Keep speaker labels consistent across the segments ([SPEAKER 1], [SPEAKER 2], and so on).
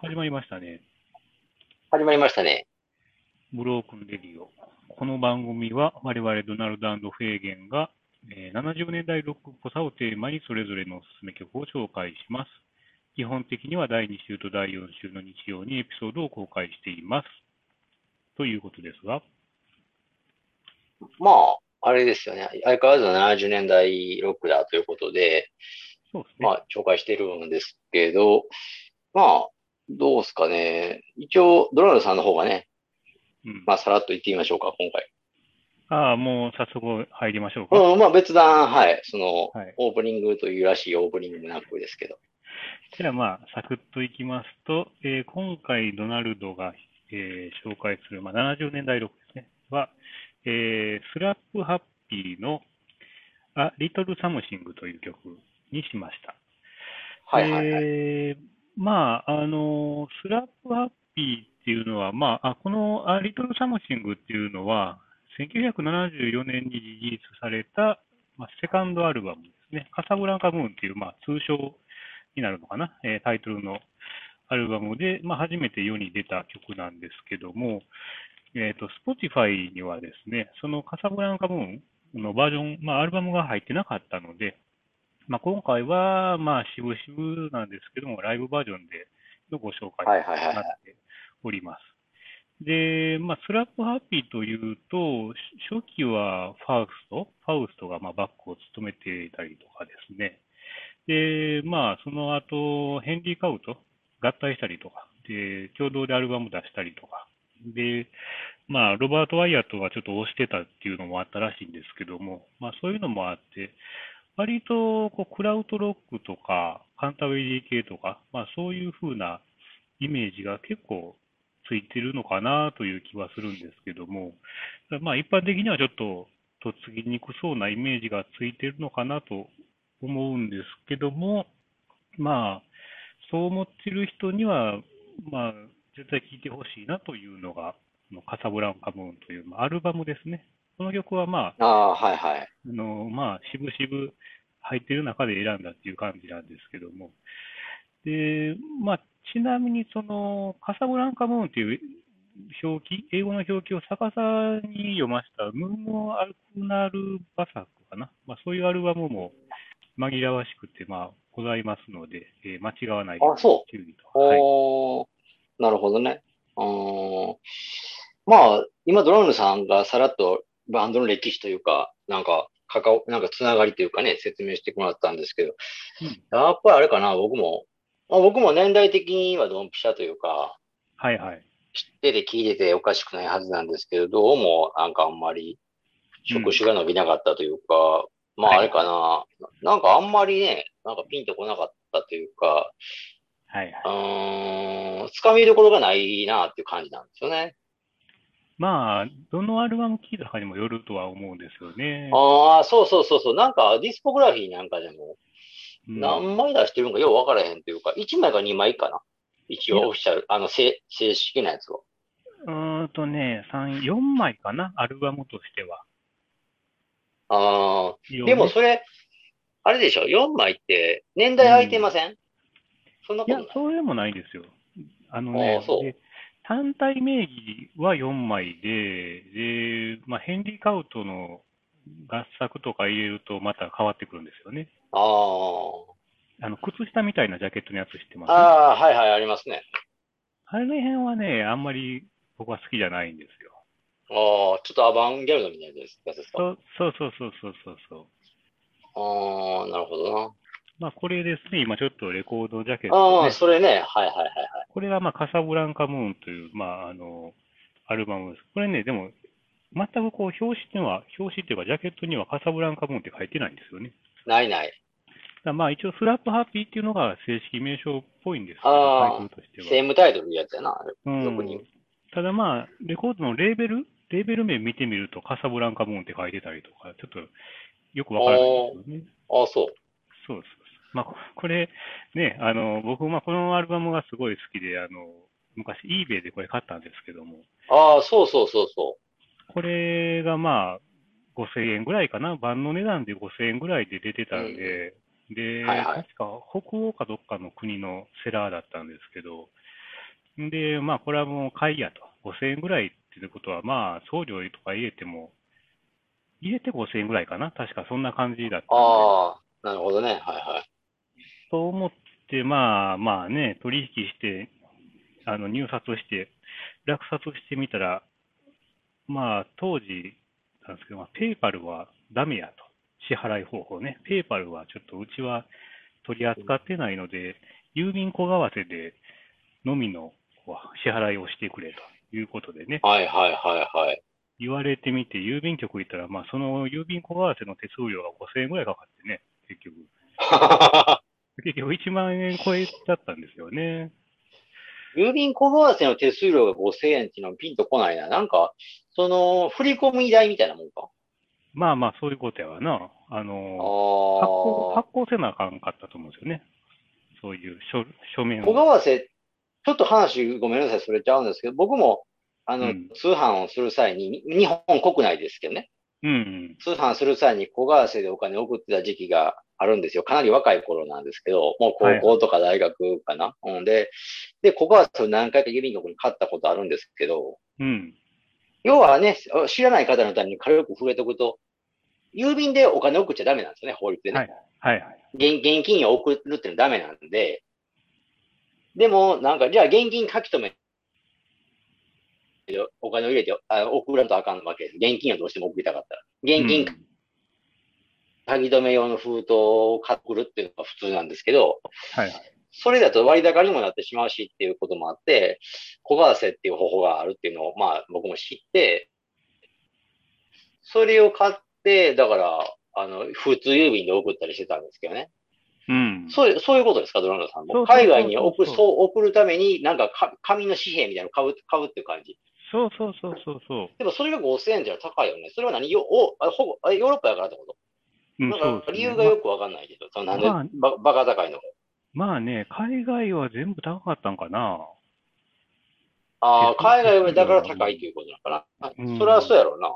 [SPEAKER 1] 始まりましたね。
[SPEAKER 2] 始まりましたね。
[SPEAKER 1] ブロークンレディオ。この番組は我々ドナルドフェーゲンが、えー70年代ロックっぽさをテーマにそれぞれのおすすめ曲を紹介します。基本的には第2週と第4週の日曜にエピソードを公開しています。ということですが、
[SPEAKER 2] まあ、あれですよね。相変わらず70年代ロックだということで、
[SPEAKER 1] そうですね。
[SPEAKER 2] まあ、紹介してるんですけど、まあ、どうすかね。一応、ドナルドさんの方がね、
[SPEAKER 1] うん
[SPEAKER 2] まあ、さらっと言ってみましょうか、今回。
[SPEAKER 1] ああ、もう早速入りましょうか。
[SPEAKER 2] うん、まあ、別段、はい。その
[SPEAKER 1] はい、
[SPEAKER 2] オープニングというらしいオープニングなくですけど。
[SPEAKER 1] じゃあまあ、サクッといきますと、えー今回ドナルドが、えー紹介する、まあ、70年代ロックですね、は、えースラップハッピーのあリトルサムシングという曲にしました。
[SPEAKER 2] はいはいはい。
[SPEAKER 1] えーまあ、あのスラップハッピーっていうのは、まあ、あこのあリトルサムシングっていうのは、1974年にリリースされた、まあ、セカンドアルバムですね、カサブランカムーンっていう、まあ、通称になるのかな、えータイトルのアルバムで、まあ、初めて世に出た曲なんですけども、えー、と Spotify にはですね、そのカサブランカムーンのバージョン、まあ、アルバムが入ってなかったので、まあ、今回は、まあ、渋々なんですけども、ライブバージョンでのご紹介
[SPEAKER 2] はいはいはいは
[SPEAKER 1] とな
[SPEAKER 2] い
[SPEAKER 1] っております。で、まあ、スラップハッピーというと、し初期はファウスト、ファウストがまあバックを務めていたりとかですね。で、まあ、その後、ヘンリー・カウと合体したりとか、で、共同でアルバム出したりとか、で、まあ、ロバート・ワイヤートがちょっと推してたっていうのもあったらしいんですけども、まあ、そういうのもあって、割とこうクラウトロックとか、カンタベリー系とか、まあ、そういう風なイメージが結構ついてるのかなという気はするんですけども、まあ、一般的にはちょっと、とっつきにくそうなイメージがついてるのかなと思うんですけども、まあ、そう思ってる人には、まあ、絶対聴いてほしいなというのが、このカサブランカムーンというまあアルバムですね。この曲はまあ、
[SPEAKER 2] ああ、はいはい。
[SPEAKER 1] あの、まあ、渋々入ってる中で選んだっていう感じなんですけども。で、まあ、ちなみに、その、カサブランカムーンっていう表記、英語の表記を逆さに読ました、ムーモ・アルクナル・バサクかな。まあ、そういうアルバムも紛らわしくて、まあ、ございますので、えー間違わないように
[SPEAKER 2] あそ
[SPEAKER 1] 注意と。はい。
[SPEAKER 2] おー、なるほどね。うーん。まあ、今、ドラムさんがさらっとバンドの歴史というか、なんか、かかお、なんかつながりというかね、説明してもらったんですけど、
[SPEAKER 1] うん
[SPEAKER 2] やっぱりあれかな、僕も、まあ、僕も年代的にはドンピシャというか、
[SPEAKER 1] はいはい。
[SPEAKER 2] 知ってて聞いてておかしくないはずなんですけど、どうもなんかあんまり職種が伸びなかったというか、まああれかな、なんかあんまりね、なんかピンとこなかったというか、
[SPEAKER 1] はいはい。
[SPEAKER 2] うーん、つかみどころがないなっていう感じなんですよね。
[SPEAKER 1] まあ、どのアルバム聴いたかにもよるとは思うんですよね。
[SPEAKER 2] ああ、そうそうそうそう、なんかディスコグラフィーなんかでも、
[SPEAKER 1] うん
[SPEAKER 2] 何枚出してるのかよう分からへんというか、1枚か2枚かな。一応オフィシャル、あの、せ正式なやつは。
[SPEAKER 1] うーんとね、3、4枚かな、アルバムとしては。
[SPEAKER 2] あ
[SPEAKER 1] で
[SPEAKER 2] あ、でもそれ、あれでしょ、4枚って年代空いてません、そんな
[SPEAKER 1] い
[SPEAKER 2] こと
[SPEAKER 1] や
[SPEAKER 2] ない、。
[SPEAKER 1] そうでもないんですよ。あのね
[SPEAKER 2] あーそう
[SPEAKER 1] で単体名義は4枚で、でまあ、ヘンリー・カウトの合作とか入れると、また変わってくるんですよね。
[SPEAKER 2] あー
[SPEAKER 1] あの靴下みたいなジャケットのやつ知ってます
[SPEAKER 2] あー、はいはい、ありますね。
[SPEAKER 1] あれの辺はね、あんまり僕は好きじゃないんですよ。
[SPEAKER 2] ああ、ちょっとアバンギャルドみたいなやつですか。
[SPEAKER 1] そうそうそうそうそうそうそう。
[SPEAKER 2] ああ、なるほどな。
[SPEAKER 1] まあ、これですね、今ちょっとレコードジャケット、
[SPEAKER 2] あ
[SPEAKER 1] ね
[SPEAKER 2] あ、、それね、はいはいはいはい。
[SPEAKER 1] これが、まあ、カサブランカムーンという、まあ、あの、アルバムです。これね、でも、全くこう、表紙には、表紙っていうか、ジャケットにはカサブランカムーンって書いてないんですよね。
[SPEAKER 2] ないない。
[SPEAKER 1] だからまあ、一応、スラップハッピーっていうのが正式名称っぽいんですけ
[SPEAKER 2] あ
[SPEAKER 1] ど、タ
[SPEAKER 2] ー
[SPEAKER 1] イトルとして
[SPEAKER 2] セ
[SPEAKER 1] は。
[SPEAKER 2] ームタイトルいうやつやな。
[SPEAKER 1] うん
[SPEAKER 2] 特に
[SPEAKER 1] ただまあ、レコードのレーベル、レーベル名見てみると、カサブランカムーンって書いてたりとか、ちょっとよくわからないんですよね。
[SPEAKER 2] ああ、
[SPEAKER 1] そ
[SPEAKER 2] そう。
[SPEAKER 1] うそうそう。まあ、ここれ、ね、あの、僕、まあ、このアルバムがすごい好きで、あの、昔、eBay でこれ買ったんですけども、
[SPEAKER 2] ああ、そうそうそうそ
[SPEAKER 1] これがまあ、5000円ぐらいかな、万の値段で5000円ぐらいで出てたんで、で、
[SPEAKER 2] はいはい
[SPEAKER 1] 確か北欧かどっかの国のセラーだったんですけど、で、まあ、これはもう買いやと、5000円ぐらいっていうことは、まあ、送料とか入れても、入れて5000円ぐらいかな、確かそんな感じだったんで
[SPEAKER 2] ああ、なるほどね。はいはい。
[SPEAKER 1] と思って、まあまあね、取引して、あの入札をして、落札をしてみたら、まあ当時なんですけど、まあ、ペイパルはダメやと、支払い方法ね、ペイパルはちょっとうちは取り扱ってないので、郵便小為替でのみのこう支払いをしてくれということでね、
[SPEAKER 2] はいはいはいはい。
[SPEAKER 1] 言われてみて、郵便局行ったら、まあその郵便小為替の手数料が5000円ぐらいかかってね、結局。結局1万円超えちゃったんですよね。
[SPEAKER 2] 郵便小為替の手数料が5000円っていうのはピンとこないな。なんか、その、振り込み代みたいなもんか。
[SPEAKER 1] まあまあ、そういうことやわな。あ
[SPEAKER 2] あ
[SPEAKER 1] の、発行、
[SPEAKER 2] あ。
[SPEAKER 1] 発行せなあかんかったと思うんですよね。そういう書、書面
[SPEAKER 2] 小
[SPEAKER 1] を。
[SPEAKER 2] 為替、ちょっと話ごめんなさい、それちゃうんですけど、僕も、あの、
[SPEAKER 1] うん
[SPEAKER 2] 通販をする際に、に日本国内ですけどね、
[SPEAKER 1] うん。
[SPEAKER 2] 通販する際に小為替でお金を送ってた時期があるんですよ。かなり若い頃なんですけど、もう高校とか大学かな。うんで、で、小為替を何回か郵便局に買ったことあるんですけど、
[SPEAKER 1] うん。
[SPEAKER 2] 要はね、知らない方のために軽く触れておくと、郵便でお金を送っちゃダメなんですよね、法律でね。
[SPEAKER 1] はいはいはい。
[SPEAKER 2] 現現金を送るっていうのはダメなんで、でも、なんか、じゃあ現金書き留め、お金を入れてあ送らんとあかんわけです。現金をどうしても送りたかったら。現金
[SPEAKER 1] うん
[SPEAKER 2] 書き留め用の封筒を買ってくるっていうのが普通なんですけど、
[SPEAKER 1] はいはい。
[SPEAKER 2] それだと割高にもなってしまうしっていうこともあって、小為替っていう方法があるっていうのを、まあ僕も知って、それを買って、だから、あの、普通郵便で送ったりしてたんですけどね。
[SPEAKER 1] うん。
[SPEAKER 2] そういう、そういうことですか、ドナルドさん
[SPEAKER 1] そうそうそう
[SPEAKER 2] も。海外に送る、
[SPEAKER 1] そう
[SPEAKER 2] そう、送るために、なんかか、紙の紙幣みたいなの買う、買うっていう感じ。
[SPEAKER 1] そうそうそうそうそう。
[SPEAKER 2] でもそれが5000円じゃ高いよね。それは何よ、お、あほぼ、あヨーロッパやからってこと
[SPEAKER 1] うん、
[SPEAKER 2] な
[SPEAKER 1] そうんです
[SPEAKER 2] か、
[SPEAKER 1] ね
[SPEAKER 2] 理由がよくわかんないけど、その
[SPEAKER 1] ま
[SPEAKER 2] なんで、ば、バカ高いのか。
[SPEAKER 1] ままあね、海外は全部高かったんかな。
[SPEAKER 2] ああ、
[SPEAKER 1] 手数
[SPEAKER 2] 海外はだから高いということなのかな。
[SPEAKER 1] うん
[SPEAKER 2] それはそうやろうな。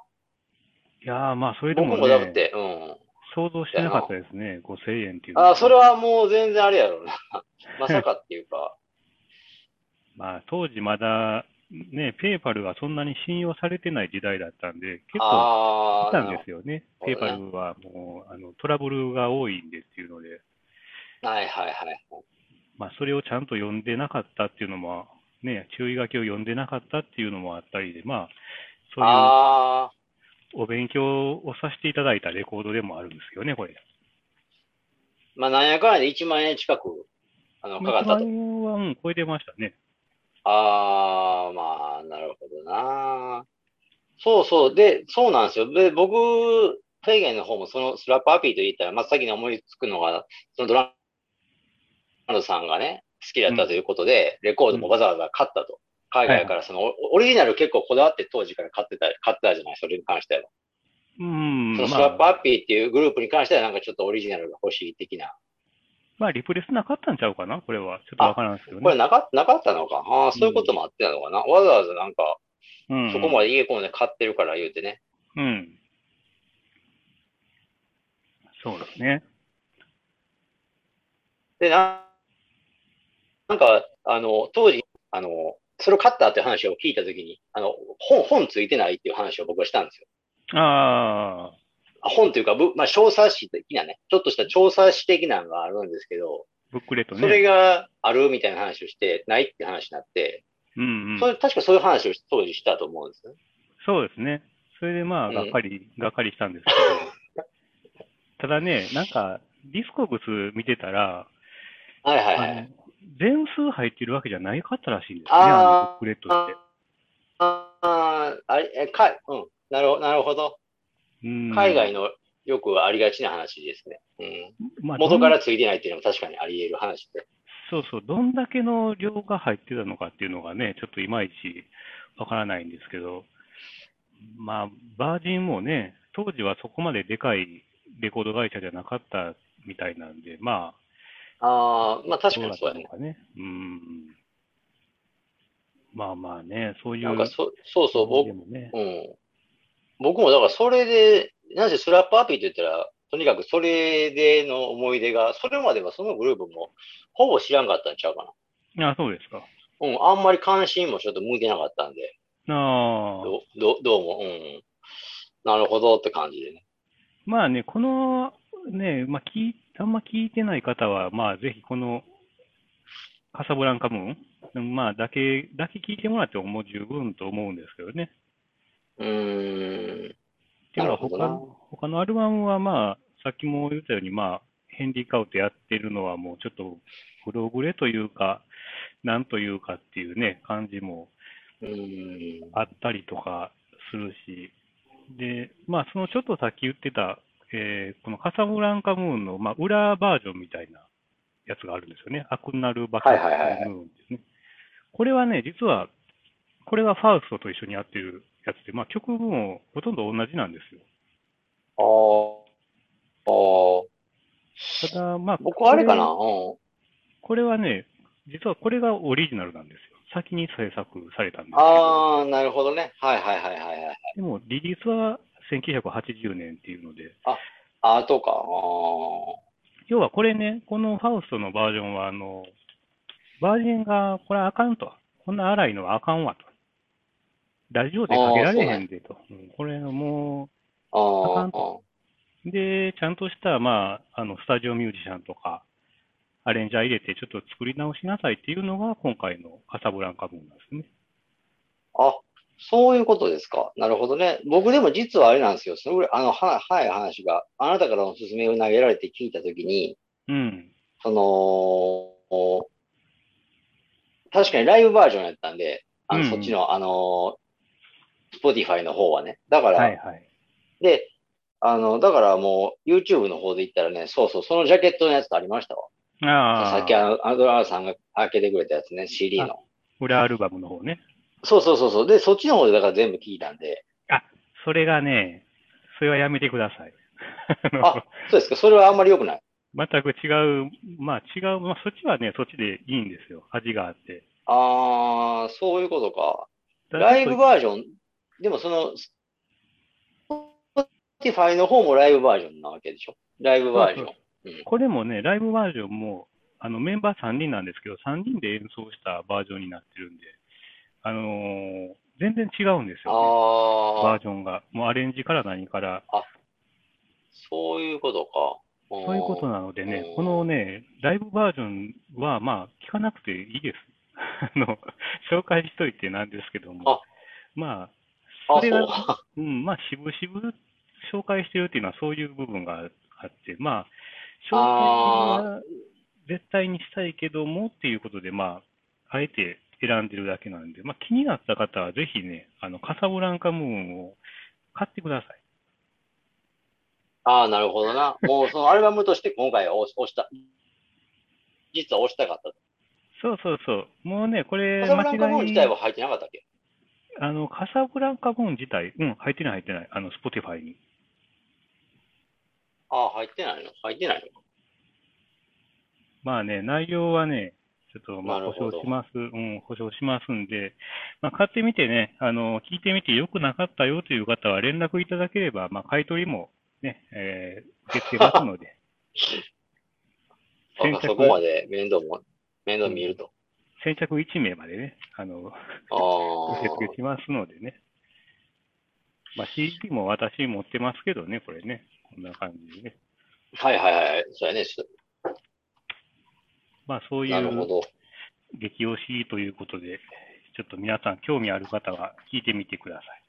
[SPEAKER 1] いやー、まあ、それでも
[SPEAKER 2] 僕もだっ
[SPEAKER 1] ね、
[SPEAKER 2] て、うん。
[SPEAKER 1] 想像してなかったですね、5000円っていうの
[SPEAKER 2] ああ、それはもう全然あれやろうな。 まさかっていうか。
[SPEAKER 1] まあ、当時まだ、ね、ペイパルがそんなに信用されてない時代だったんで、 結構、
[SPEAKER 2] あ
[SPEAKER 1] い
[SPEAKER 2] あ
[SPEAKER 1] たんですよね。ペ
[SPEAKER 2] な
[SPEAKER 1] ーパ
[SPEAKER 2] るほどね
[SPEAKER 1] ルはもうあのトラブルが多いんでっていうので、
[SPEAKER 2] はいはいはい。
[SPEAKER 1] まあ、それをちゃんと読んでなかったっていうのも、ね、注意書きを読んでなかったっていうのもあったりで、まあ、そう
[SPEAKER 2] ああ、
[SPEAKER 1] いうお勉強をさせていただいたレコードでもあるんですよね、これ。
[SPEAKER 2] まあなんやかんやで1万円近く、あの、かかっ
[SPEAKER 1] 1
[SPEAKER 2] たと
[SPEAKER 1] 万。円は、うん、超えてましたね。
[SPEAKER 2] ああ、まあ、なるほどな。そうそう。で、そうなんですよ。で、僕、フェイゲンの方もそのスラップアピーと言ったら、真っ先に思いつくのが、そのドラマルドさんがね、好きだったということで、レコードもわざわざ買ったと。海外からその、おオリジナル結構こだわって当時から買ってた、買ってたじゃない、それに関しては。
[SPEAKER 1] うん
[SPEAKER 2] その、ス
[SPEAKER 1] ま
[SPEAKER 2] ラップ
[SPEAKER 1] あ、
[SPEAKER 2] アピーっていうグループに関しては、なんかちょっとオリジナルが欲しい的な。
[SPEAKER 1] まあ、リプレスなかったんちゃうかな、これは。ちょっとわからんですけど
[SPEAKER 2] これ
[SPEAKER 1] ね。
[SPEAKER 2] なかなかったのか。ああ、そういうこともあってなのかな。わざわざなんか、
[SPEAKER 1] うん、
[SPEAKER 2] そこまで家込んで買ってるから言うてね。
[SPEAKER 1] うん。そうですね。
[SPEAKER 2] で、ななんか、あの、当時、あの、それを買ったって話を聞いたときに、あの、本、本ついてないっていう話を僕はしたんですよ。
[SPEAKER 1] ああ、
[SPEAKER 2] あ本というか、ぶまあ、調査誌的なね、ちょっとした調査誌的なのがあるんですけど、
[SPEAKER 1] ブックレットね。
[SPEAKER 2] それがあるみたいな話をして、ないって話になって、
[SPEAKER 1] うんうん、
[SPEAKER 2] それ確かそういう話を当時したと思うんですね。
[SPEAKER 1] そうですね。それでまあ、
[SPEAKER 2] うん
[SPEAKER 1] がっかり、がっかりしたんですけど。ただね、なんか、ディスコグス見てたら、
[SPEAKER 2] はいは
[SPEAKER 1] あ
[SPEAKER 2] い
[SPEAKER 1] の
[SPEAKER 2] はい。
[SPEAKER 1] 全数入ってるわけじゃないかったらしいんですね、あの
[SPEAKER 2] あー
[SPEAKER 1] ブックレットって。
[SPEAKER 2] ああ、あれ、え、かい、うん、なるほど、なるほど。
[SPEAKER 1] うん
[SPEAKER 2] 海外のよくありがちな話ですね。うん。
[SPEAKER 1] まあ
[SPEAKER 2] 元か
[SPEAKER 1] どん
[SPEAKER 2] らついてないっていうのも確かにあり得る話で。
[SPEAKER 1] そうそう、どんだけの量が入ってたのかっていうのがね、ちょっといまいちわからないんですけど、まあ、バージンもね、当時はそこまででかいレコード会社じゃなかったみたいなんで、まあ、
[SPEAKER 2] ああ、まあ確
[SPEAKER 1] どうだ
[SPEAKER 2] かに
[SPEAKER 1] っ
[SPEAKER 2] そう
[SPEAKER 1] たの
[SPEAKER 2] やね。
[SPEAKER 1] かね。うん。まあまあね、そういう。
[SPEAKER 2] なんかそ、そうそう、
[SPEAKER 1] で
[SPEAKER 2] 僕、
[SPEAKER 1] もね。
[SPEAKER 2] うん。僕もだからそれで、なぜスラップアピーって言ったら、とにかくそれでの思い出が、それまではそのグループもほぼ知らんかったんちゃうかな。
[SPEAKER 1] あ、そうですか。
[SPEAKER 2] うん、あんまり関心もちょっと向いてなかったんで、
[SPEAKER 1] ああ。
[SPEAKER 2] どどどうも、うん。なるほどって感じでね。
[SPEAKER 1] まあね、この、ね、まあ、聞いあんま聞いてない方は、まあ、ぜひこの、カサブランカムーン、まあ、だけ、だけ聞いてもらってももう十分と思うんですけどね。
[SPEAKER 2] うーん。
[SPEAKER 1] っていうのは
[SPEAKER 2] なるほどな
[SPEAKER 1] 他の、他のアルバムは、まあ、さっきも言ったように、まあ、ヘンリー・カウトやってるのは、もうちょっと、グログレというか、なんというかっていうね、感じも
[SPEAKER 2] うーん。
[SPEAKER 1] あったりとかするし、で、まあ、そのちょっとさっき言ってた、えーこのカサブランカムーンの、まあ、裏バージョンみたいなやつがあるんですよね。アクナルバカム
[SPEAKER 2] はいはいはいはい
[SPEAKER 1] ーンですね。これはね、実は、これはファウストと一緒にやってるやつで、まあ、曲もほとんど同じなんですよ。
[SPEAKER 2] ああ。ああ。
[SPEAKER 1] ただ、まあ、
[SPEAKER 2] 僕あれかな
[SPEAKER 1] こ
[SPEAKER 2] うん。
[SPEAKER 1] これはね、実はこれがオリジナルなんですよ。先に制作されたんですけど、
[SPEAKER 2] ああ、なるほどね。はいはいはいはいはい。
[SPEAKER 1] でもリリースは1980年っていうので、
[SPEAKER 2] ああ、そうか。あ
[SPEAKER 1] 要はこれね、このファウストのバージョンは、あの、バージンが、これあかんと。こんな荒いのはあかんわと。ラジオでかけられへんでと。うんこれも
[SPEAKER 2] あ。
[SPEAKER 1] あか
[SPEAKER 2] ああ
[SPEAKER 1] ん。う、で、ちゃんとした、まあ、あの、スタジオミュージシャンとか、アレンジャー入れて、ちょっと作り直しなさいっていうのが、今回のカサブランカ文なんですね。
[SPEAKER 2] あ、そういうことですか。なるほどね。僕でも実はあれなんですよ。それぐらい、あの、は、はい話が、あなたからのおすすめを投げられて聞いたときに、
[SPEAKER 1] うん。
[SPEAKER 2] その、確かにライブバージョンやったんで、あの、
[SPEAKER 1] うん
[SPEAKER 2] そっちの、あの、Spotify の方はね。だから、
[SPEAKER 1] はいはい。
[SPEAKER 2] で、あの、だからもう YouTube の方で言ったらね、そうそう、そのジャケットのやつありましたわ。
[SPEAKER 1] ああ、
[SPEAKER 2] さっきあの、アンドラーさんが開けてくれたやつね、CD の。
[SPEAKER 1] 裏アルバムの方ね。
[SPEAKER 2] そうそうそうそう。で、そっちの方でだから全部聞いたん で。
[SPEAKER 1] あ、それがね、それはやめてください。あの
[SPEAKER 2] あ、そうですか。それはあんまり良くない。
[SPEAKER 1] 全く違う、まあ違う、まあそっちはね、そっちでいいんですよ。味があって。
[SPEAKER 2] あー、そういうことか。
[SPEAKER 1] ただ
[SPEAKER 2] ライ
[SPEAKER 1] ち
[SPEAKER 2] ブ
[SPEAKER 1] ょっ
[SPEAKER 2] バージョン、でもその、Spotify の方もライブバージョンなわけでしょ。ライブバージョン
[SPEAKER 1] そう。とこれもね、ライブバージョンも、あのメンバー3人なんですけど、3人で演奏したバージョンになってるんで、あのー全然違うんですよ、ね、
[SPEAKER 2] あ
[SPEAKER 1] バ
[SPEAKER 2] ー
[SPEAKER 1] ー、ジョンが。もうアレンジから何から、
[SPEAKER 2] そういうことか。
[SPEAKER 1] そういうことなのでね
[SPEAKER 2] う、ん
[SPEAKER 1] このね、ライブバージョンは、まあ、聞かなくていいです。 あの、紹介しといてなんですけども
[SPEAKER 2] あ、
[SPEAKER 1] まあ、
[SPEAKER 2] あ、
[SPEAKER 1] それが
[SPEAKER 2] そう。
[SPEAKER 1] うん、まあ、しぶしぶ紹介してるっていうのは、そういう部分があって、まあ、紹
[SPEAKER 2] あー
[SPEAKER 1] 介は絶対にしたいけどもっていうことで、まあ、あえて選んでるだけなんで、まあ、気になった方は、ぜひね、あの、カサブランカムーンを買ってください。
[SPEAKER 2] ああ、なるほどな。もうそのアルバムとして今回押し押した、実は押したかった。
[SPEAKER 1] そうそうそう。もうね、これ、
[SPEAKER 2] カサブラン
[SPEAKER 1] 間
[SPEAKER 2] カムー
[SPEAKER 1] 違
[SPEAKER 2] ン
[SPEAKER 1] い
[SPEAKER 2] 自体は入ってなかったっけ
[SPEAKER 1] あの、カサブランカムーン自体、うん、入ってない入ってない。あの、スポティファイに。
[SPEAKER 2] ああ、入ってないの入ってないの
[SPEAKER 1] まあね、内容はね、ちょっとまあ
[SPEAKER 2] なる
[SPEAKER 1] 保
[SPEAKER 2] ほど
[SPEAKER 1] 証します。うん、保証しますんで、まあ、買ってみてね、あの、聞いてみて良くなかったよという方は連絡いただければ、まあ、買い取りもね、えー受け付けますので、先
[SPEAKER 2] そうか
[SPEAKER 1] 着
[SPEAKER 2] そこまで面倒も、面倒見ると。
[SPEAKER 1] 先着1名までね、あの、
[SPEAKER 2] ああ
[SPEAKER 1] 受け付けしますのでね。まあ、CD も私持ってますけどね、これね、こんな感じでね。
[SPEAKER 2] はいはいはい。そうやね。ちょっ
[SPEAKER 1] まあ、そう
[SPEAKER 2] と
[SPEAKER 1] い
[SPEAKER 2] なるほ
[SPEAKER 1] う
[SPEAKER 2] ど。
[SPEAKER 1] 激推しということで、ちょっと皆さん興味ある方は聞いてみてください。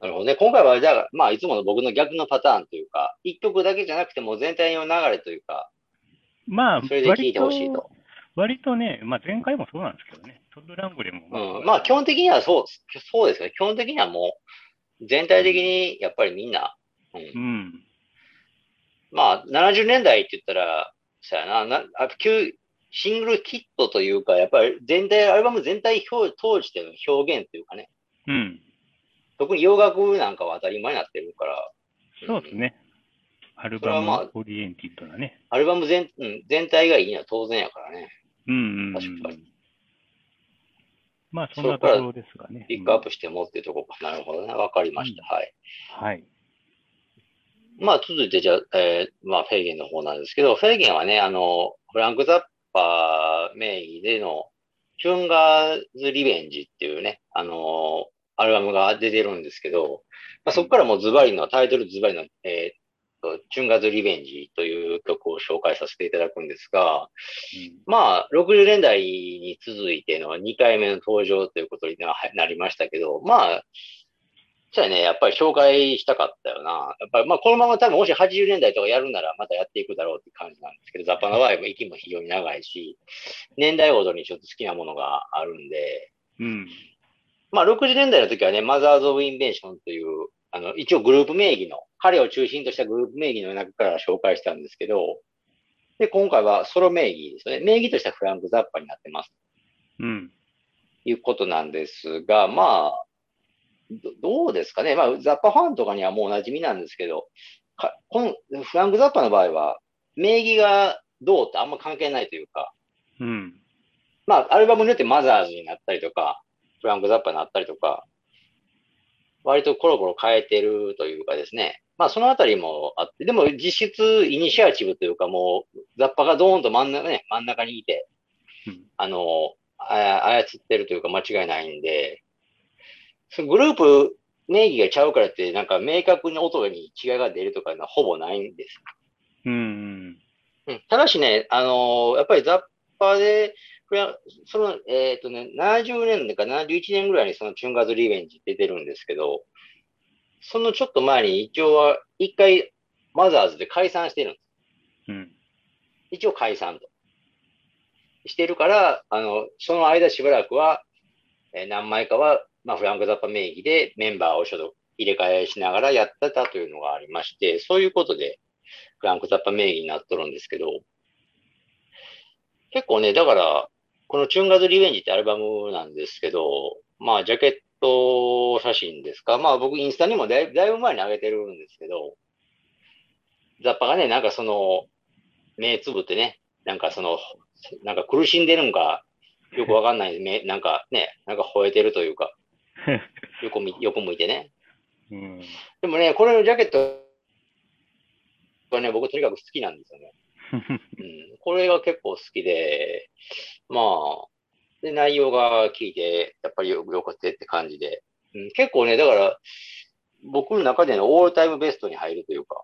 [SPEAKER 2] なるほどね。今回は、じゃあ、まあ、いつもの僕の逆のパターンというか、一曲だけじゃなくてもう全体の流れというか、
[SPEAKER 1] まあ、
[SPEAKER 2] それで聴いてほしい
[SPEAKER 1] 割
[SPEAKER 2] と。
[SPEAKER 1] と。割とね、まあ、前回もそうなんですけどね、トッドランブレも、
[SPEAKER 2] うん。まあ、基本的にはそう、そうですね。基本的にはもう、全体的にやっぱりみんな、うん
[SPEAKER 1] うん、
[SPEAKER 2] まあ、70年代って言ったら、そうやな、なあ旧シングルキットというか、やっぱり全体、アルバム全体表通しての表現というかね、
[SPEAKER 1] うん、
[SPEAKER 2] 特に洋楽なんかは当たり前になってるから、
[SPEAKER 1] そうですね、アル
[SPEAKER 2] それ
[SPEAKER 1] バ
[SPEAKER 2] はまあ
[SPEAKER 1] ムオリエンティッドだね。
[SPEAKER 2] アルバム全,、うん、全体がいいのは当然やからね、
[SPEAKER 1] うんうん、うん
[SPEAKER 2] 確かに。
[SPEAKER 1] まあ、そんなところですがね。
[SPEAKER 2] ピックアップ
[SPEAKER 1] し
[SPEAKER 2] して持ってるとこか。なるほどね、わかりました。はい。
[SPEAKER 1] はい。
[SPEAKER 2] まあ、続いてじゃあ、えーまあ、フェーゲンの方なんですけど、フェーゲンはね、あの、フランク・ザッパ名義での、チュンガーズ・リベンジっていうね、あのーアルバムが出てるんですけど、まあ、そこからもうズバリの、タイトルズバリの、えーっと、チュンガーズ・リベンジという曲を紹介させていただくんですが、まあ、60年代に続いての2回目の登場ということにななりましたけど、まあ、そうやね、やっぱり紹介したかったよな。やっぱり、まあ、このまま多分もし80年代とかやるならまたやっていくだろうって感じなんですけど、ザッパの場合も息も非常に長いし、年代ごとにちょっと好きなものがあるんで、
[SPEAKER 1] うん。
[SPEAKER 2] まあ、60年代の時はね、マザーズ・オブ・インベンションという、あの、一応グループ名義の、彼を中心としたグループ名義の中から紹介したんですけど、で、今回はソロ名義ですね。名義としたフランク・ザッパになってます。
[SPEAKER 1] うん。
[SPEAKER 2] いうことなんですが、まあ、どどうですかね。まあ、ザッパファンとかにはもうお馴染みなんですけど、かこのフランク・ザッパの場合は、名義がどうってあんま関係ないというか、
[SPEAKER 1] うん。
[SPEAKER 2] まあ、アルバムによってマザーズになったりとか、フランク・ザッパになったりとか、割とコロコロ変えてるというかですね。まあ、そのあたりもあって、でも実質イニシアチブというか、もう、ザッパがドーンと真ん中ね、真ん中にいて、
[SPEAKER 1] うん
[SPEAKER 2] あの、あ操ってるというか間違いないんで、そのグループ名義がちゃうからって、なんか明確に音に違いが出るとかいうのはほぼないんです。
[SPEAKER 1] うん。
[SPEAKER 2] うん、ただしね、あのーやっぱりザッパーで、これはその、えっ、とね、70年代か71年ぐらいにそのチュンガーズ・リベンジ出てるんですけど、そのちょっと前に一応は、一回マザーズで解散してるんです。
[SPEAKER 1] うん。
[SPEAKER 2] 一応解散と。してるから、あの、その間しばらくは、えー何枚かは、まあ、フランク・ザッパ名義でメンバーを所属、入れ替えしながらやってたというのがありまして、そういうことで、フランク・ザッパ名義になっとるんですけど、結構ね、だから、このチュンガズ・リベンジってアルバムなんですけど、まあ、ジャケット写真ですか。まあ、僕、インスタにもだいぶだいぶ前に上げてるんですけど、ザッパがね、なんかその、目つぶってね、なんかその、なんか苦しんでるんか、よくわかんない、目、なんかね、なんか吠えてるという か、横み横向いてね。
[SPEAKER 1] うん。
[SPEAKER 2] でもね、これのジャケットがね、僕とにかく好きなんですよね。うん、これが結構好きで、まあ、で、内容が聞いて、やっぱりよよくてって感じで、うん。結構ね、だから、僕の中でのオールタイムベストに入るというか、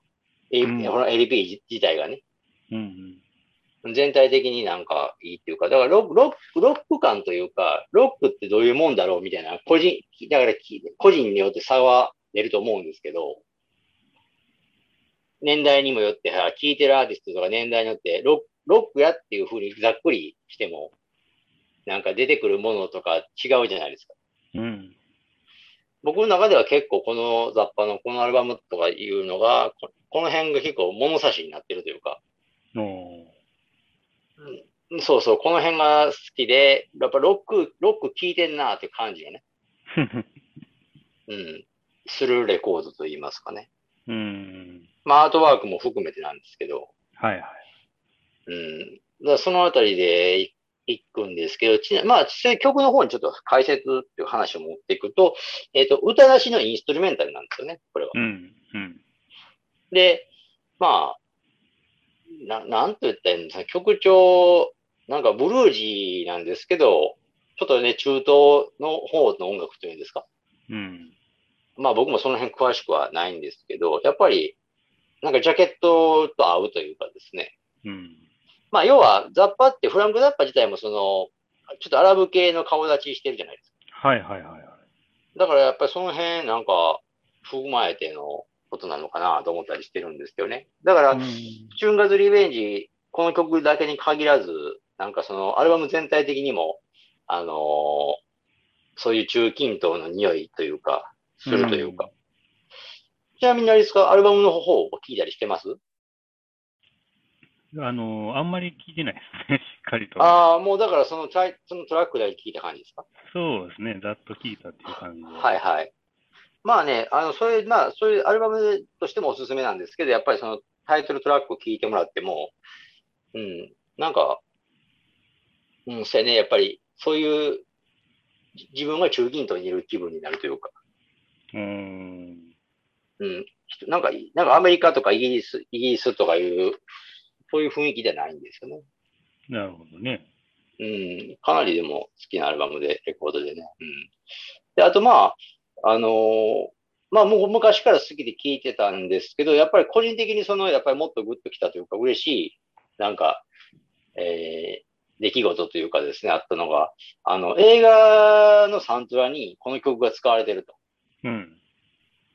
[SPEAKER 2] え
[SPEAKER 1] うん
[SPEAKER 2] この LP 自自体がね。
[SPEAKER 1] うん。
[SPEAKER 2] 全体的になんかいいっていうか、だからロロック、ロック感というか、ロックってどういうもんだろうみたいな、個人、だからき個人によって差は出ると思うんですけど、年代にもよって、は聴いてるアーティストとか年代によってロック、ロックやっていう風にざっくりしても、なんか出てくるものとか違うじゃないですか。
[SPEAKER 1] うん。
[SPEAKER 2] 僕の中では結構この雑把のこのアルバムとかいうのが、ここの辺が結構物差しになってるというか、
[SPEAKER 1] おー
[SPEAKER 2] そうそう、この辺が好きで、やっぱロック、ロック聴いてんなっていう感じがね、うん、するレコードと言いますかね。
[SPEAKER 1] うん。
[SPEAKER 2] まあ、アートワークも含めてなんですけど、
[SPEAKER 1] はいはい。
[SPEAKER 2] うん、だからそのあたりでいいくんですけど、ちなまあ、実際曲の方にちょっと解説っていう話を持っていくと、えっ、と、歌出しのインストゥルメンタルなんですよね、これは。
[SPEAKER 1] うん。うん。
[SPEAKER 2] で、まあ、ななんと言ったらいいんですか、曲調、なんかブルージーなんですけど、ちょっとね、中東の方の音楽というんですか。
[SPEAKER 1] うん。
[SPEAKER 2] まあ僕もその辺詳しくはないんですけど、やっぱり、なんかジャケットと合うというかですね。
[SPEAKER 1] うん。
[SPEAKER 2] まあ要は、ザッパって、フランク・ザッパ自体もその、ちょっとアラブ系の顔立ちしてるじゃないです
[SPEAKER 1] はいはいはいはい。
[SPEAKER 2] か。だからやっぱりその辺なんか、踏まえてのことなのかなと思ったりしてるんですけどね。だから、
[SPEAKER 1] うん
[SPEAKER 2] チュンガズ・リベンジ、この曲だけに限らず、なんかそのアルバム全体的にも、あのーそういう中近東の匂いというか、するというか。ちなみにあれですか、アルバムの方を聞いたりしてます
[SPEAKER 1] あのー、あんまり聞いてないですね、し っかりと。
[SPEAKER 2] ああ、もうだからそのトライそのトラックだけ聞いた感じですか
[SPEAKER 1] そうですね、ざっと聞いたっていう感じで。
[SPEAKER 2] はいはい。まあね、あの、そういう、まあ、そういうアルバムとしてもおすすめなんですけど、やっぱりそのタイトルトラックを聴いてもらっても、うん、なんか、うん、そうやね、やっぱり、そういう、じ自分が中近東にいる気分になるというか、
[SPEAKER 1] うーん。
[SPEAKER 2] うん、なんか、なんかアメリカとかイギリス、イギリスとかいう、そういう雰囲気じゃないんですよね。
[SPEAKER 1] なるほどね。
[SPEAKER 2] うん、かなりでも好きなアルバムで、レコードでね。うん。で、あとまあ、あのーまあもう昔から好きで聴いてたんですけど、やっぱり個人的にその、やっぱりもっとグッときたというか、嬉しい、なんか、えー出来事というかですね、あったのが、あの、映画のサントラにこの曲が使われてると。
[SPEAKER 1] うん。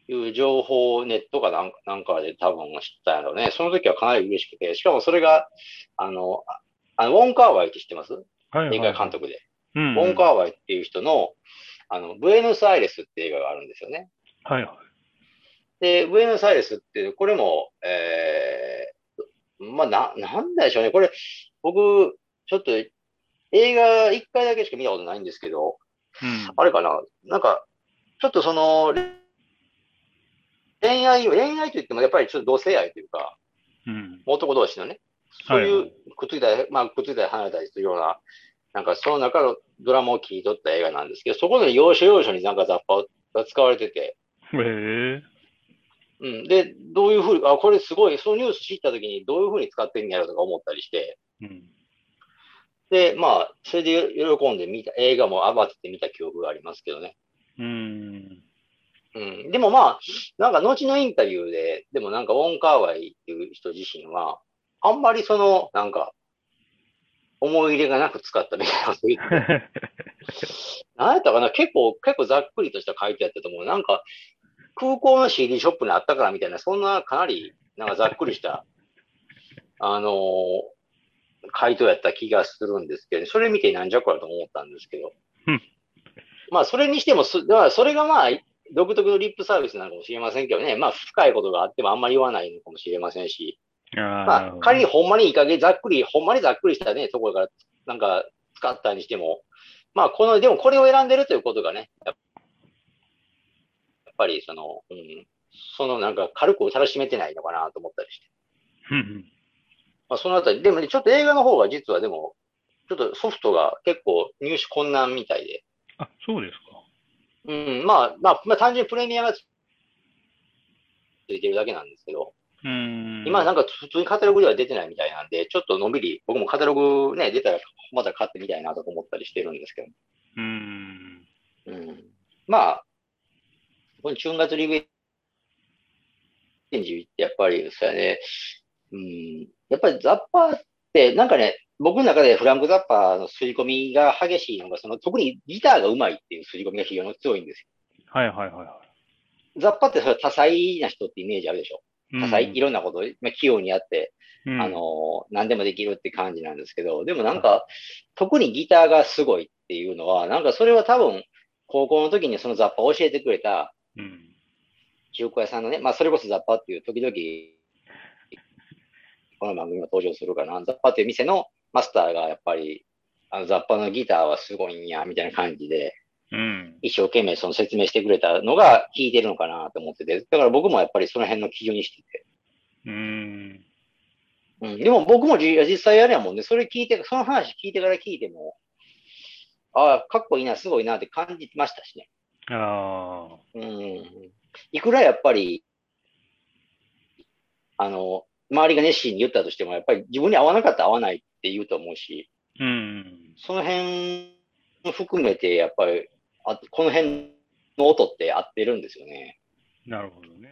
[SPEAKER 2] いう情報をネットかなんかなんかで多分知ったんやろうね。その時はかなり嬉しくて、しかもそれが、あの、ああのウォン・カーワイって知ってます
[SPEAKER 1] はいはい、
[SPEAKER 2] 映画監督で。
[SPEAKER 1] うん。
[SPEAKER 2] ウォン・カーワイっていう人の、あの、ブエノス・アイレスって映画があるんですよね。
[SPEAKER 1] はいはい。
[SPEAKER 2] で、ブエノス・アイレスっていう、これも、えー、まあ、な、なんでしょうね。これ、僕、ちょっと、映画一回だけしか見たことないんですけど、
[SPEAKER 1] うん。
[SPEAKER 2] あれかな、なんか、ちょっとその、れ恋愛を、恋愛といってもやっぱりちょっと同性愛というか、
[SPEAKER 1] うん。
[SPEAKER 2] 男同士のね、そうい
[SPEAKER 1] は
[SPEAKER 2] うくっついたり、まあくっついたり離れたりするような、なんかその中のドラマを切り取った映画なんですけど、そこの要所要所になんか雑把が使われてて、
[SPEAKER 1] へえ。
[SPEAKER 2] うん、で、どういうふうに、あ、これすごい、そのニュース知った時にどういうふうに使ってんやろうとか思ったりして、
[SPEAKER 1] うん。
[SPEAKER 2] で、まあ、それで喜んで見た、映画も慌てて見た記憶がありますけどね。
[SPEAKER 1] うん。
[SPEAKER 2] うん、でもまあ、なんか後のインタビューで、でもなんかウォン・カーワイっていう人自身は、あんまりその、なんか、思い入れがなく使ったみたいなこと言って、なんやったかな、結構、結構ざっくりとした回答やったと思う。なんか、空港の CD ショップにあったからみたいな、そんなかなり、なんかざっくりした、 あのー回答やった気がするんですけど、それ見てなんじゃこらと思ったんですけど
[SPEAKER 1] うん。
[SPEAKER 2] まあ、それにしてもす、だからそれがまあ、独特のリップサービスなのかもしれませんけどね、まあ、深いことがあってもあんまり言わないのかもしれませんし、
[SPEAKER 1] あ
[SPEAKER 2] まあ
[SPEAKER 1] ー、
[SPEAKER 2] 仮にほんまにいい加減ざっくり、ほんまにざっくりしたね、ところから、なんか、使ったにしても、まあ、この、でもこれを選んでるということがね、やっぱり、その、うん、そのなんか軽く楽しめてないのかなと思ったりして。
[SPEAKER 1] うん
[SPEAKER 2] まあ、そのあたり、でもね、ちょっと映画の方が実はでも、ちょっとソフトが結構入手困難みたいで、
[SPEAKER 1] あ、そうですか。
[SPEAKER 2] うん、まあ、まあ、まあ、単純にプレミアがついてるだけなんですけど、
[SPEAKER 1] うん。
[SPEAKER 2] 今なん
[SPEAKER 1] か。
[SPEAKER 2] か普通にカタログでは出てないみたいなんで、ちょっとのんびり、僕もカタログね、出たらまた買ってみたいなとか思ったりしてるんですけ
[SPEAKER 1] うん。
[SPEAKER 2] ど。うん。まあ、このチュンガツリベンジってやっぱり、そうやね、うん、やっぱりザッパーって、なんかね、僕の中でフランク・ザッパーの刷り込みが激しいのが、その特にギターが上手いっていう刷り込みが非常に強いんです
[SPEAKER 1] はいはいはいは
[SPEAKER 2] よ。ザッパーってそれは多彩な人ってイメージあるでしょ。
[SPEAKER 1] い。
[SPEAKER 2] 多彩、いろんなことをまあ器用にやって、
[SPEAKER 1] うん
[SPEAKER 2] あの、何でもできるって感じなんですけど、でもなんか、特にギターがすごいっていうのは、なんかそれは多分、高校の時にその雑把を教えてくれた
[SPEAKER 1] うん。
[SPEAKER 2] 中古屋さんのね、まあそれこそ雑把っていう時々、この番組も登場するかな、雑把っていう店のマスターがやっぱり、あの雑把のギターはすごいんや、みたいな感じで、
[SPEAKER 1] うん。
[SPEAKER 2] 一生懸命その説明してくれたのが効いてるのかなと思ってて、だから僕もやっぱりその辺の基準にしてて、
[SPEAKER 1] うん。
[SPEAKER 2] うん、でも僕もじ実際あれやもんね、それ聞いて、その話聞いてから聞いても、ああ、かっこいいな、すごいなって感じましたしね。
[SPEAKER 1] ああ。
[SPEAKER 2] うん。いくらやっぱり、あの、周りが熱心に言ったとしても、やっぱり自分に合わなかったら合わないって言うと思うし、
[SPEAKER 1] うん。
[SPEAKER 2] その辺も含めて、やっぱりあ、この辺の音って合ってるんですよね。
[SPEAKER 1] なるほどね。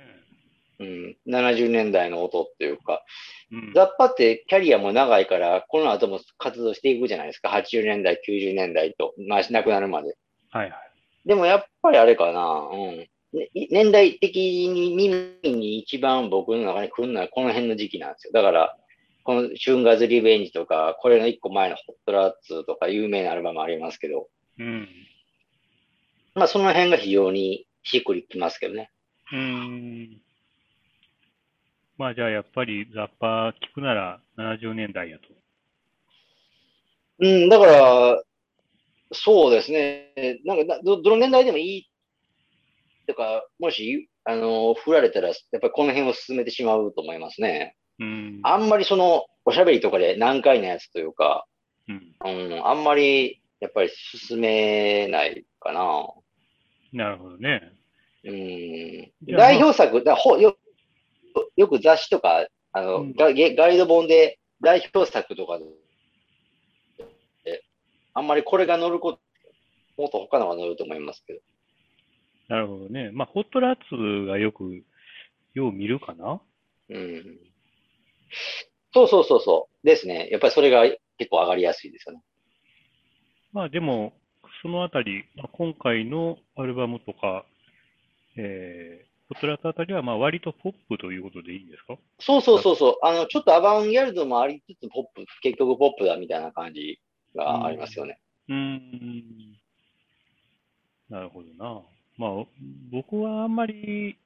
[SPEAKER 2] うん。70年代の音っていうか、
[SPEAKER 1] うん。
[SPEAKER 2] ザッパってキャリアも長いから、この後も活動していくじゃないですか。80年代、90年代と、まあ、亡くなるまで。
[SPEAKER 1] はいはい。
[SPEAKER 2] でもやっぱりあれかな、うん。ね年代的に耳に一番僕の中に来るのはこの辺の時期なんですよ。だから、このシュンガーズ・リベンジとか、これの一個前のホットラッツとか有名なアルバムありますけど、
[SPEAKER 1] うん。
[SPEAKER 2] まあその辺が非常にしっくりきますけどね。
[SPEAKER 1] うん。まあじゃあやっぱり雑把聞くなら70年代やと。
[SPEAKER 2] うん、だから、そうですね。なんかなど、どの年代でもいいとか、もし、あの、振られたら、やっぱりこの辺を進めてしまうと思いますね。
[SPEAKER 1] うん。
[SPEAKER 2] あんまりその、おしゃべりとかで難解なやつというか、
[SPEAKER 1] うん。
[SPEAKER 2] うん、あんまり、やっぱり進めないかな。
[SPEAKER 1] なるほどね。
[SPEAKER 2] うん。
[SPEAKER 1] や
[SPEAKER 2] 代表作、だほよよく雑誌とか、あの、
[SPEAKER 1] うん
[SPEAKER 2] ガゲガイド本で代表作とかあんまりこれが乗ること、もっと他のが乗ると思いますけど。
[SPEAKER 1] なるほどね。まあ、ホットラッツがよく、よう見るかな
[SPEAKER 2] うん。そうそうそうそう。ですね。やっぱりそれが結構上がりやすいですよね。
[SPEAKER 1] まあでも、そのあたり、まあ今回のアルバムとか、えー、ホットラッツあたりは、まあ割とポップということでいいんですか
[SPEAKER 2] そうそうそうそう。あの、ちょっとアバンギャルドもありつつ、ポップ、結局ポップだみたいな感じがありますよね。
[SPEAKER 1] うーん。なるほどな。まあ、僕はあんまり、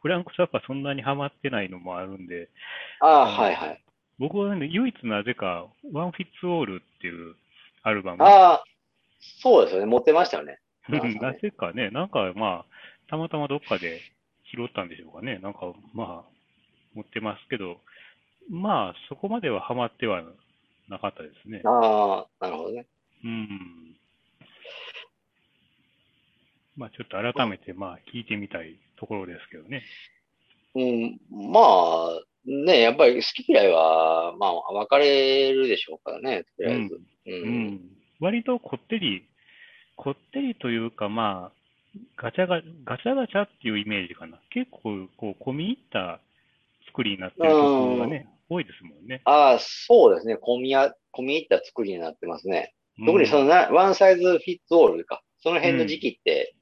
[SPEAKER 1] フランク・サッパーそんなにハマってないのもあるんで、
[SPEAKER 2] ああ
[SPEAKER 1] うん
[SPEAKER 2] ー、はいはい。
[SPEAKER 1] 僕はね、唯一なぜか、ワン・フィッツ・オールっていうアルバム、
[SPEAKER 2] ああ、そうですよね。持ってましたよ
[SPEAKER 1] う
[SPEAKER 2] ね。
[SPEAKER 1] ん なぜかね、なんかまあ、たまたまどっかで拾ったんでしょうかね。なんかまあ、持ってますけど、まあ、そこまではハマってはなかったですね。
[SPEAKER 2] ああ、なるほどね。
[SPEAKER 1] うん。まあ、ちょっと改めて、まあ、聞いてみたいところですけどね。
[SPEAKER 2] うん、まあ、ね、やっぱり好き嫌いは、まあ、分かれるでしょうからね、とりあえず。
[SPEAKER 1] う
[SPEAKER 2] うん。
[SPEAKER 1] ん。割とこってり、こってりというか、まあ、ガチャガガチャガチャっていうイメージかな。結構、こう、込み入った作りになってるところがね、多いですもんね。
[SPEAKER 2] ああ、そうですね。込みや、込み入った作りになってますね。特にそのな、ワンサイズフィッツオールか。その辺の時期って、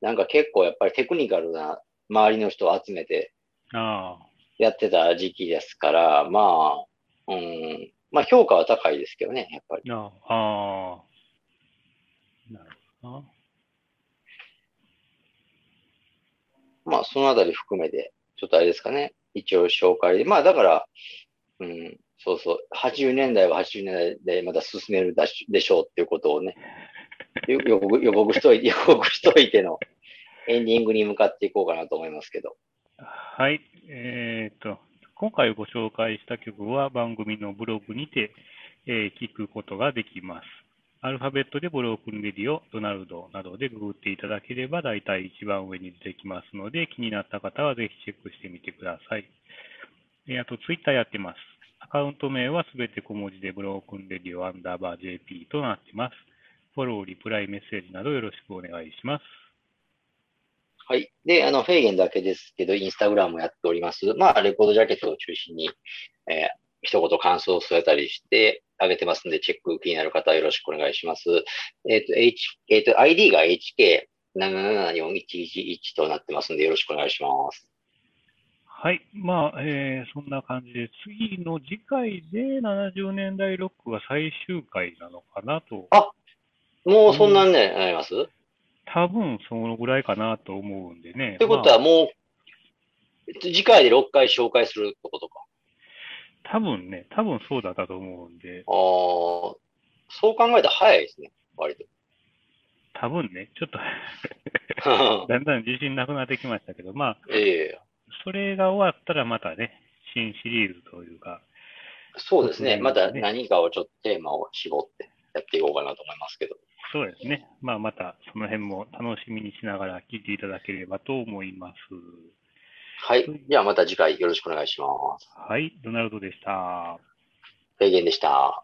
[SPEAKER 2] なんか結構やっぱりテクニカルな周りの人を集めて
[SPEAKER 1] うんああ。
[SPEAKER 2] やってた時期ですから、まあ、うん、まあ評価は高いですけどね、やっぱり。
[SPEAKER 1] ああー。なるほどな。
[SPEAKER 2] まあ、そのあたり含めて、ちょっとあれですかね。一応紹介で。まあ、だから、うん、そうそう。80年代は80年代でまた進めるだしでしょうっていうことをね、よ予告、予告しといて、予告しといてのエンディングに向かっていこうかなと思いますけど。
[SPEAKER 1] はい。えーっと、今回ご紹介した曲は番組のブログにて、えー聞くことができます。アルファベットでブロークンレディオ、ドナルドなどでググっていただければ、だいたい一番上に出てきますので、気になった方はぜひチェックしてみてください。えーあと、ツイッターやってます。アカウント名はすべて小文字でブロークンレディオアンダーバー JP となってます。フォロー、リプライ、メッセージなどよろしくお願いします。
[SPEAKER 2] はい。で、あの、フェーゲンだけですけど、インスタグラムもやっております。まあ、レコードジャケットを中心に、えー一言感想を添えたりしてあげてますんで、チェック気になる方はよろしくお願いします。えっ、と、H、えっ、と、ID が HK774111 となってますんで、よろしくお願いします。
[SPEAKER 1] はい。まあ、えーそんな感じで、次の次回で70年代ロックが最終回なのかなと、
[SPEAKER 2] もうそんなんね、なります、
[SPEAKER 1] 多分そのぐらいかなと思うんでね。
[SPEAKER 2] ということは、もう、次回で6回紹介するってことか。
[SPEAKER 1] まあ多分ね、多分そうだったと思うんで、
[SPEAKER 2] ああ、そう考えたら早いですね、割 と。
[SPEAKER 1] 多分ね、ちょっと だんだん自信なくなってきましたけど、まあ、
[SPEAKER 2] ええ
[SPEAKER 1] それが終わったらまたね、新シリーズというか、
[SPEAKER 2] そうですね。
[SPEAKER 1] そうですね
[SPEAKER 2] まだ何かをちょっとテーマを絞ってやっていこうかなと思いますけど。
[SPEAKER 1] そうですね。まあ、またその辺も楽しみにしながら聞いていただければと思います。
[SPEAKER 2] はい。ではまた次回よろしくお願いします。
[SPEAKER 1] はい、ドナルドでした。
[SPEAKER 2] 提言でした。